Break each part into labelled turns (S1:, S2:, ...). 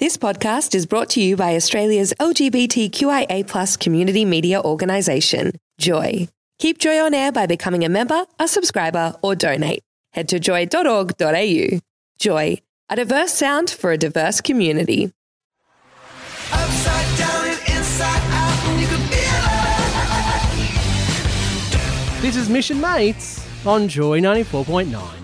S1: This podcast is brought to you by Australia's LGBTQIA community media organisation, Joy. Keep Joy on air by becoming a member, a subscriber, or donate. Head to joy.org.au. Joy, a diverse sound for a diverse community.
S2: Upside down and inside out, and you can feel it.
S3: This is Mission Mates on Joy 94.9.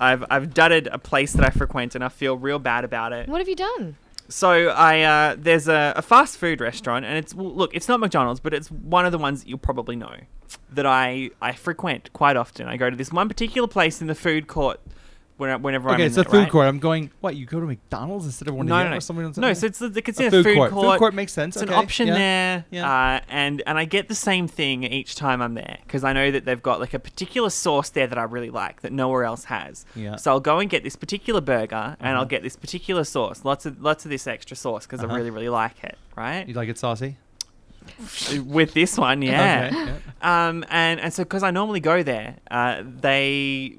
S4: I've I've dudded a place that I frequent and I feel real bad about it.
S5: What have you done?
S4: So I uh, there's a, a fast food restaurant and it's well, look it's not McDonald's but it's one of the ones that you'll probably know that I I frequent quite often. I go to this one particular place in the food court when- whenever I'm
S6: Okay,
S4: in
S6: it's a
S4: there,
S6: food
S4: right?
S6: court. I'm going. What you go to McDonald's instead of one
S4: No,
S6: of
S4: no,
S6: the
S4: no.
S6: or something else?
S4: no, so it's the, it's
S6: A
S4: in a
S6: food
S4: food,
S6: court. Food
S4: court.
S6: court makes sense,
S4: It's
S6: okay,
S4: an option
S6: yeah,
S4: there,
S6: yeah.
S4: Uh, and and I get the same thing each time I'm there because I know that they've got like a particular sauce there that I really like that nowhere else has.
S6: Yeah. Uh-huh.
S4: So I'll go and get this particular burger, and I'll get this particular sauce, lots of lots of this extra sauce because I really really like it, right? Uh,
S6: you like it saucy?
S4: With this one, yeah.
S6: Okay, yeah.
S4: Um, and, and so, because I normally go there, uh, they,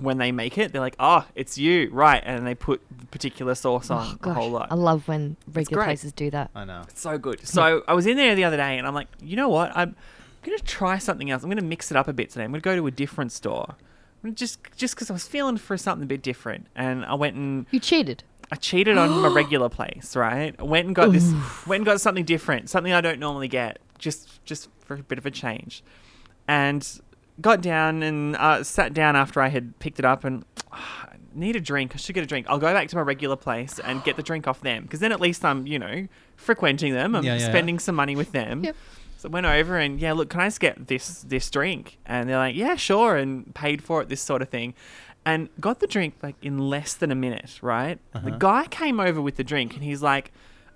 S4: when they make it, they're like, oh, it's you, right. And they put the particular sauce on
S5: Oh,
S4: a whole
S5: gosh.
S4: lot.
S5: I love when regular
S4: great.
S5: places do that.
S6: I know.
S4: so good. So, I was in there the other day and I'm like, you know what? I'm going to try something else. I'm going to mix it up a bit today. I'm going to go to a different store. I'm Just just because I was feeling for something a bit different. And I went and
S5: You cheated.
S4: I cheated on my regular place, right? I went and got this, went and got something different, something I don't normally get, just just for a bit of a change, and got down and uh, sat down after I had picked it up and "Ah, I need a drink. I should get a drink. I'll go back to my regular place and get the drink off them because then at least I'm you know frequenting them. I'm
S6: Yeah, yeah, yeah.
S4: spending some money with them.
S5: Yep.
S4: So I went over and yeah, look, can I just get this this drink? And they're like, yeah, sure, and paid for it, this sort of thing, and got the drink like in less than a minute. Right? The guy came over with the drink and he's like,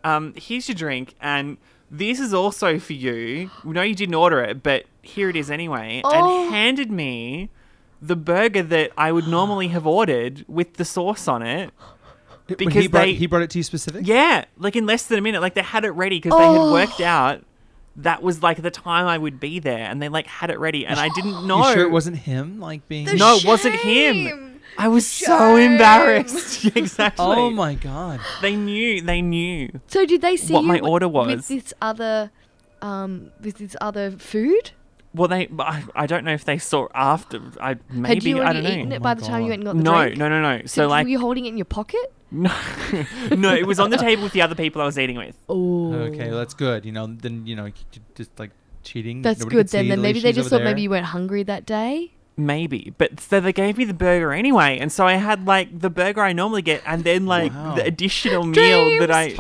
S4: um, here's your drink, and this is also for you. We know you didn't order it, but here it is anyway,
S5: Oh.
S4: and handed me the burger that I would normally have ordered with the sauce on it.
S6: It- when
S4: Because
S6: he brought,
S4: they-
S6: he brought it to you specific.
S4: Yeah, like in less than a minute. Like they had it ready because they
S5: Oh.
S4: had worked out that was like the time I would be there, and they like had it ready, and I didn't know.
S6: You sure it wasn't him? Like being.
S4: No, it wasn't him. I was so embarrassed. Yeah, exactly.
S6: Oh my god.
S4: They knew. They knew.
S5: So did they see
S4: What
S5: you
S4: my
S5: wi-
S4: order
S5: with
S4: was.
S5: this other, um, with this other food?
S4: Well, they. I, I don't know if they saw after. I
S5: Had
S4: maybe.
S5: you
S4: I
S5: already
S4: don't
S5: eaten
S4: know.
S5: it
S6: Oh
S5: by
S6: my
S5: the time you
S6: God.
S5: went and got the
S4: No,
S5: drink?
S4: no, no, no. So
S5: did-
S4: like,
S5: were you holding it in your pocket?
S4: no, no. It was on the table with the other people I was eating with.
S5: Oh,
S6: Okay, well, that's good. You know, then you know, you could just like cheating.
S5: That's
S6: nobody
S5: good
S6: could see
S5: then. Then
S6: the
S5: maybe they
S6: issues
S5: just
S6: over
S5: thought maybe
S6: there.
S5: you weren't hungry that day.
S4: Maybe, but so they gave me the burger anyway, and so I had like the burger I normally get, and then like
S6: Wow.
S4: the additional meal that I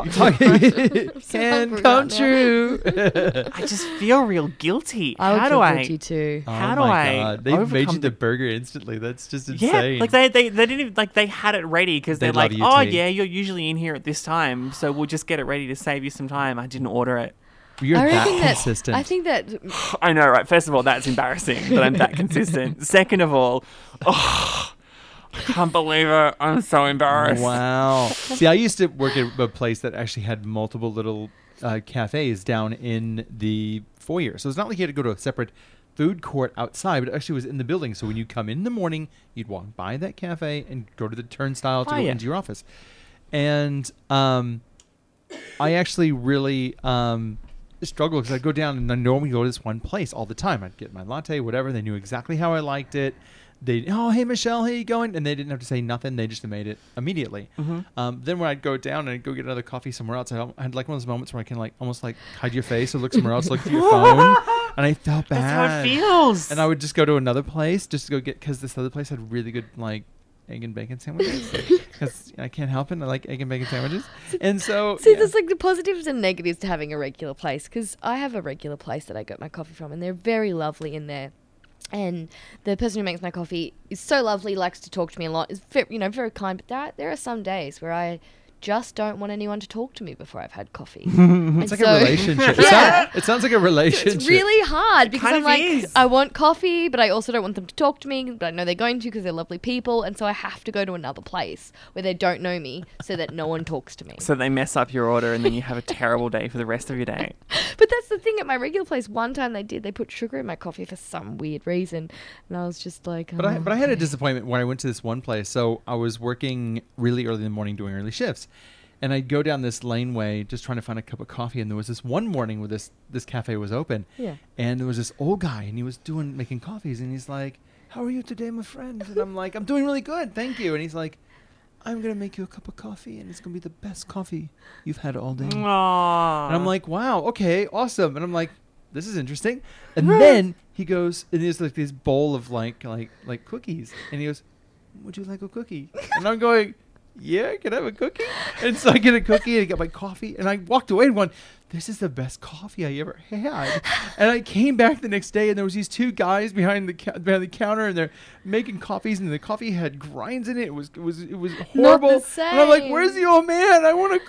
S5: so
S6: can
S5: hungry
S6: come
S5: right now.
S6: true.
S4: I just feel real guilty.
S5: I would
S4: How
S5: feel
S4: do I?
S5: guilty too.
S4: How
S6: oh
S4: do
S6: my
S4: I
S6: God. They made
S4: overcome
S6: you
S4: the-
S6: the burger instantly. That's just
S4: Yeah,
S6: insane.
S4: like they, they they didn't even, like they had it ready because
S6: They
S4: they're
S6: love
S4: like,
S6: you,
S4: oh
S6: T.
S4: yeah, you're usually in here at this time, so we'll just get it ready to save you some time. I didn't order it.
S6: You're
S5: I
S6: that
S5: reckon that.
S6: consistent.
S5: I think that
S4: I know, right? First of all, that's embarrassing that I'm that consistent. Second of all, oh, I can't believe it. I'm so embarrassed.
S6: Wow. See, I used to work at a place that actually had multiple little uh, cafes down in the foyer. So it's not like you had to go to a separate food court outside, but it actually was in the building. So when you come in the morning, you'd walk by that cafe and go to the turnstile to
S4: Oh,
S6: go
S4: yeah.
S6: into your office. And um, I actually really um, struggled because I'd go down and I normally go to this one place all the time. I'd get my latte, whatever. They knew exactly how I liked it. They, oh, hey, Michelle, how you going? And they didn't have to say nothing. They just made it immediately.
S4: Mm-hmm.
S6: Um, then when I'd go down and I'd go get another coffee somewhere else, I had- I had like one of those moments where I can like almost like hide your face or look somewhere else, look through your phone. And I felt bad.
S4: That's how it feels.
S6: And I would just go to another place just to go get because this other place had really good like egg and bacon sandwiches. Because I can't help it, I like egg and bacon sandwiches. And so
S5: See,
S6: yeah.
S5: there's like the positives and negatives to having a regular place because I have a regular place that I get my coffee from, and they're very lovely in there. And the person who makes my coffee is so lovely, likes to talk to me a lot, is very, you know very kind. But there, are- there are some days where I just don't want anyone to talk to me before I've had coffee.
S6: It's like a relationship. It,
S5: Yeah.
S6: sounds, it sounds like a relationship.
S5: It's really hard because
S4: kind
S5: I'm
S4: of
S5: like,
S4: is.
S5: I want coffee, but I also don't want them to talk to me, but I know they're going to because they're lovely people. And so I have to go to another place where they don't know me so that no one talks to me.
S4: So they mess up your order and then you have a terrible day for the rest of your day.
S5: But that's the thing at my regular place. One time they did, they put sugar in my coffee for some weird reason. And I was just like,
S6: But I,
S5: "Oh,
S6: but I had a
S5: okay."
S6: disappointment when I went to this one place. So I was working really early in the morning doing early shifts. And I'd go down this laneway just trying to find a cup of coffee. And there was this one morning where this, this cafe was open.
S5: Yeah.
S6: And there was this old guy and he was doing making coffees. And he's like, How are you today, my friend? And I'm like, I'm doing really good. Thank you. And he's like, I'm going to make you a cup of coffee. And it's going to be the best coffee you've had all day.
S4: Aww.
S6: And I'm like, wow, okay, awesome. And I'm like, this is interesting. And then he goes, and there's like this bowl of like like like cookies, and he goes, would you like a cookie? And I'm going, yeah, can I have a cookie? And so I get a cookie and I get my coffee, and I walked away and went, this is the best coffee I ever had. And I came back the next day, and there was these two guys behind the cou- behind the counter, and they're making coffees, and the coffee had grinds in it. It was it was it was horrible. And I'm like,
S5: same.
S6: where's the old man? I want a cookie.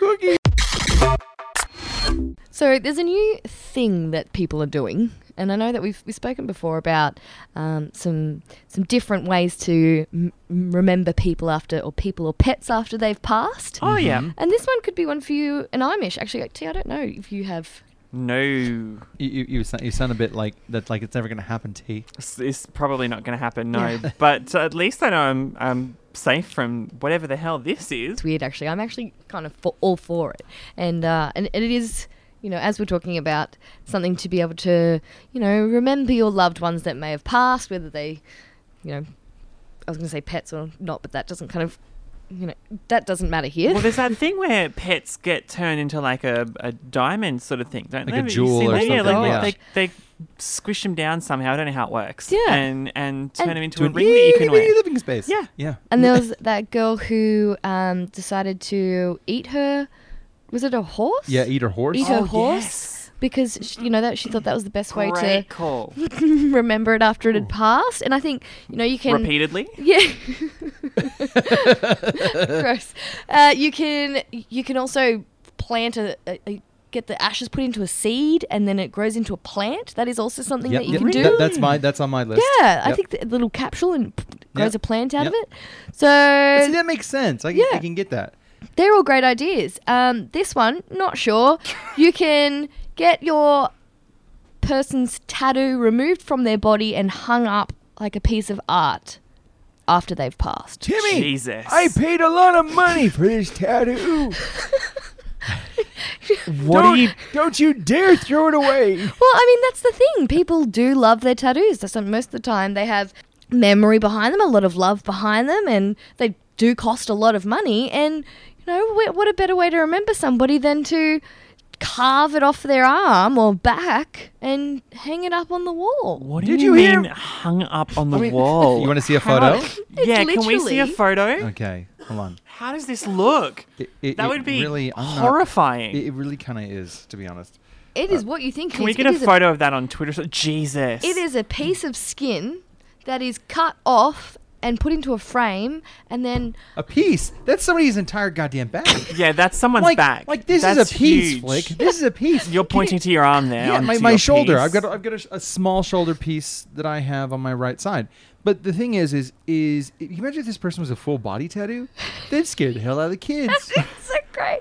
S5: So there's a new thing that people are doing, and I know that we've we've spoken before about um, some some different ways to m- m- remember people after or people or pets after they've passed.
S4: oh, yeah.
S6: "Mm-hmm."
S5: And this one could be one for you and Amish. Actually, like, T, I don't know if you have.
S4: No.
S6: You, you, you, sound, you sound a bit like that. Like it's never going to happen. T.
S4: It's, it's probably not going to happen, no.
S5: Yeah.
S4: but at least I know I'm, I'm safe from whatever the hell this is.
S5: It's weird, actually. I'm actually kind of for, all for it, and uh, and and it is. You know, as we're talking about something to be able to, you know, remember your loved ones that may have passed, whether they, you know, I was going to say pets or not, but that doesn't kind of, you know, that doesn't matter here.
S4: Well, there's that thing where pets get turned into like a, a diamond sort of thing,
S6: Like
S4: don't they?
S6: a
S4: Have you
S6: jewel
S4: seen
S6: or
S4: that? Yeah,
S6: something,
S4: like
S6: yeah.
S4: They, they squish them down somehow. I don't know how it works.
S5: Yeah.
S4: And, and turn
S5: And-
S4: them into a ring that you can wear.
S6: living space.
S4: Yeah.
S6: yeah.
S5: And there was that girl who um, decided to eat her. Was it a horse?
S6: yeah, eat her horse.
S5: Eat her
S4: Oh,
S5: horse
S4: yes.
S5: because sh you know that she thought that was the best way
S4: Great call.
S5: to remember it after it had passed. And I think you know you can
S4: Repeatedly?
S5: Yeah. Gross. Uh, you can you can also plant a, a, a get the ashes put into a seed and then it grows into a plant. That is also something that you can do.
S6: That- that's my that's on my list.
S5: yeah, I
S6: Yep.
S5: think the little capsule and p- grows
S6: Yep.
S5: a plant out of
S6: Yep.
S5: it. So
S6: See, that makes sense. I, can- I
S5: Yeah.
S6: can get that.
S5: they're all great ideas. Um, this one, not sure. you can get your person's tattoo removed from their body and hung up like a piece of art after they've passed.
S6: Timmy,
S4: Jesus.
S6: I paid a lot of money for this tattoo.
S4: What
S6: don't,
S4: are you-
S6: don't you dare throw it away.
S5: Well, I mean, that's the thing. People do love their tattoos. That's not- most of the time they have memory behind them, a lot of love behind them, and they do cost a lot of money. And, you know, wh- what a better way to remember somebody than to carve it off their arm or back and hang it up on the wall?
S4: What do
S6: Did
S4: you,
S6: you hear-
S4: mean hung up on the
S6: mean,
S4: wall?
S6: you wanna see a
S4: How-
S6: photo?
S4: yeah, can we see a
S5: literally-
S4: photo?
S6: Okay, hold on.
S4: How does this look?
S6: It- it-
S4: that
S6: it
S4: would be
S6: really- I'm not-
S4: horrifying.
S6: It, it really kind of is, to be honest.
S5: It is what you think.
S4: Can we
S5: is.
S4: get
S5: It
S4: a
S5: is
S4: photo of that on Twitter? So- Jesus.
S5: It is a piece of skin that is cut off and put into a frame and then
S6: A piece. That's somebody's entire goddamn back.
S4: Yeah, that's someone's
S6: like,
S4: back.
S6: like this
S4: That's
S6: is a piece,
S4: huge.
S6: Flick. This is a piece.
S4: You're
S6: Can you-
S4: pointing to your arm there.
S6: Yeah,
S4: onto
S6: my, my
S4: your
S6: shoulder. I've
S4: piece.
S6: got I've got a, sh- a small shoulder piece that I have on my right side. But the thing is, is is you imagine if this person was a full body tattoo, they'd scare the hell out of the kids. yeah,
S5: so great.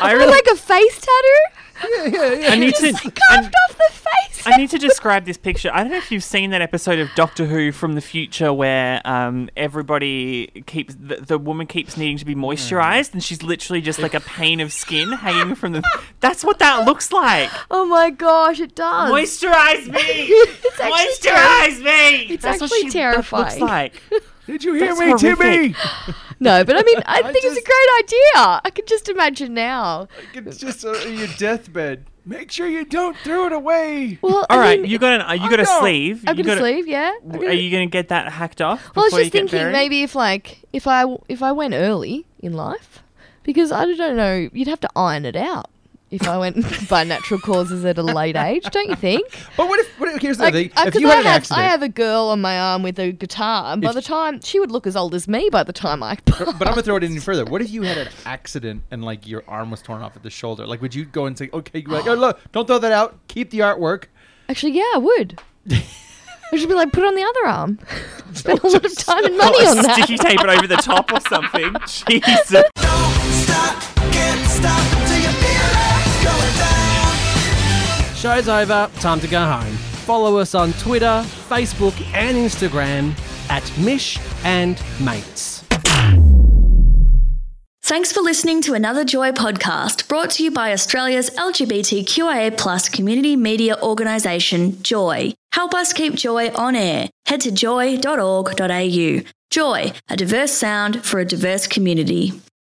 S4: I
S5: Or
S4: really-
S5: like a face tattoo
S6: yeah, yeah.
S4: I need
S5: just
S4: to.
S5: like
S4: I,
S5: carved off the face.
S4: I need to describe this picture. I don't know if you've seen that episode of Doctor Who from the future where um, everybody keeps the, the woman keeps needing to be moisturized, and she's literally just like a pane of skin hanging from the. That's what that looks like.
S5: oh my gosh, it does.
S4: Moisturize me.
S5: It's actually
S4: Moisturize me.
S5: It's
S4: That's what
S5: actually
S4: she- that
S5: terrifiming.
S4: looks like.
S6: Did you hear
S4: That's
S6: me,
S4: horrific.
S6: Timmy?
S5: No, but I mean, I,
S6: I
S5: think
S6: just-
S5: it's a great idea. I can just imagine now.
S6: It's just uh, your deathbed. Make sure you don't throw it away.
S5: Well,
S4: All
S5: I
S4: right,
S5: mean,
S4: you got an. uh, You got a
S6: no.
S4: sleeve.
S5: I'm
S4: you
S5: gonna
S4: got a-
S5: sleeve, yeah. I'm
S4: w-
S5: gonna-
S4: Are you going to get that hacked off?
S5: well, I was
S4: before you
S5: just
S4: get
S5: thinking
S4: buried?
S5: maybe if like if I w- if I went early in life, because I don't know, you'd have to iron it out. if I went by natural causes at a late age, don't you think?
S6: But what if? What if here's the
S5: Like,
S6: thing:
S5: uh,
S6: if
S5: 'cause
S6: you
S5: I
S6: had an
S5: have,
S6: accident,
S5: I have a girl on my arm with a guitar. And by
S6: If-
S5: the time she would look as old as me by the time I.
S6: but I'm gonna throw it in further. What if you had an accident and like your arm was torn off at the shoulder? Like, would you go and say, "Okay, you like, oh look, don't throw that out. Keep the artwork."
S5: Actually, yeah, I would. I should be like, put it on the other arm. Spend a lot of
S6: just- Oh,
S5: time and money on that.
S4: Sticky tape it over the top or something. Jesus.
S3: Show's over, time to go home. Follow us on Twitter, Facebook, and Instagram at Mish and Mates.
S7: Thanks for listening to another Joy podcast brought to you by Australia's LGBTQIA plus community media organisation, Joy. Help us keep Joy on air. Head to joy.org.au. Joy, a diverse sound for a diverse community.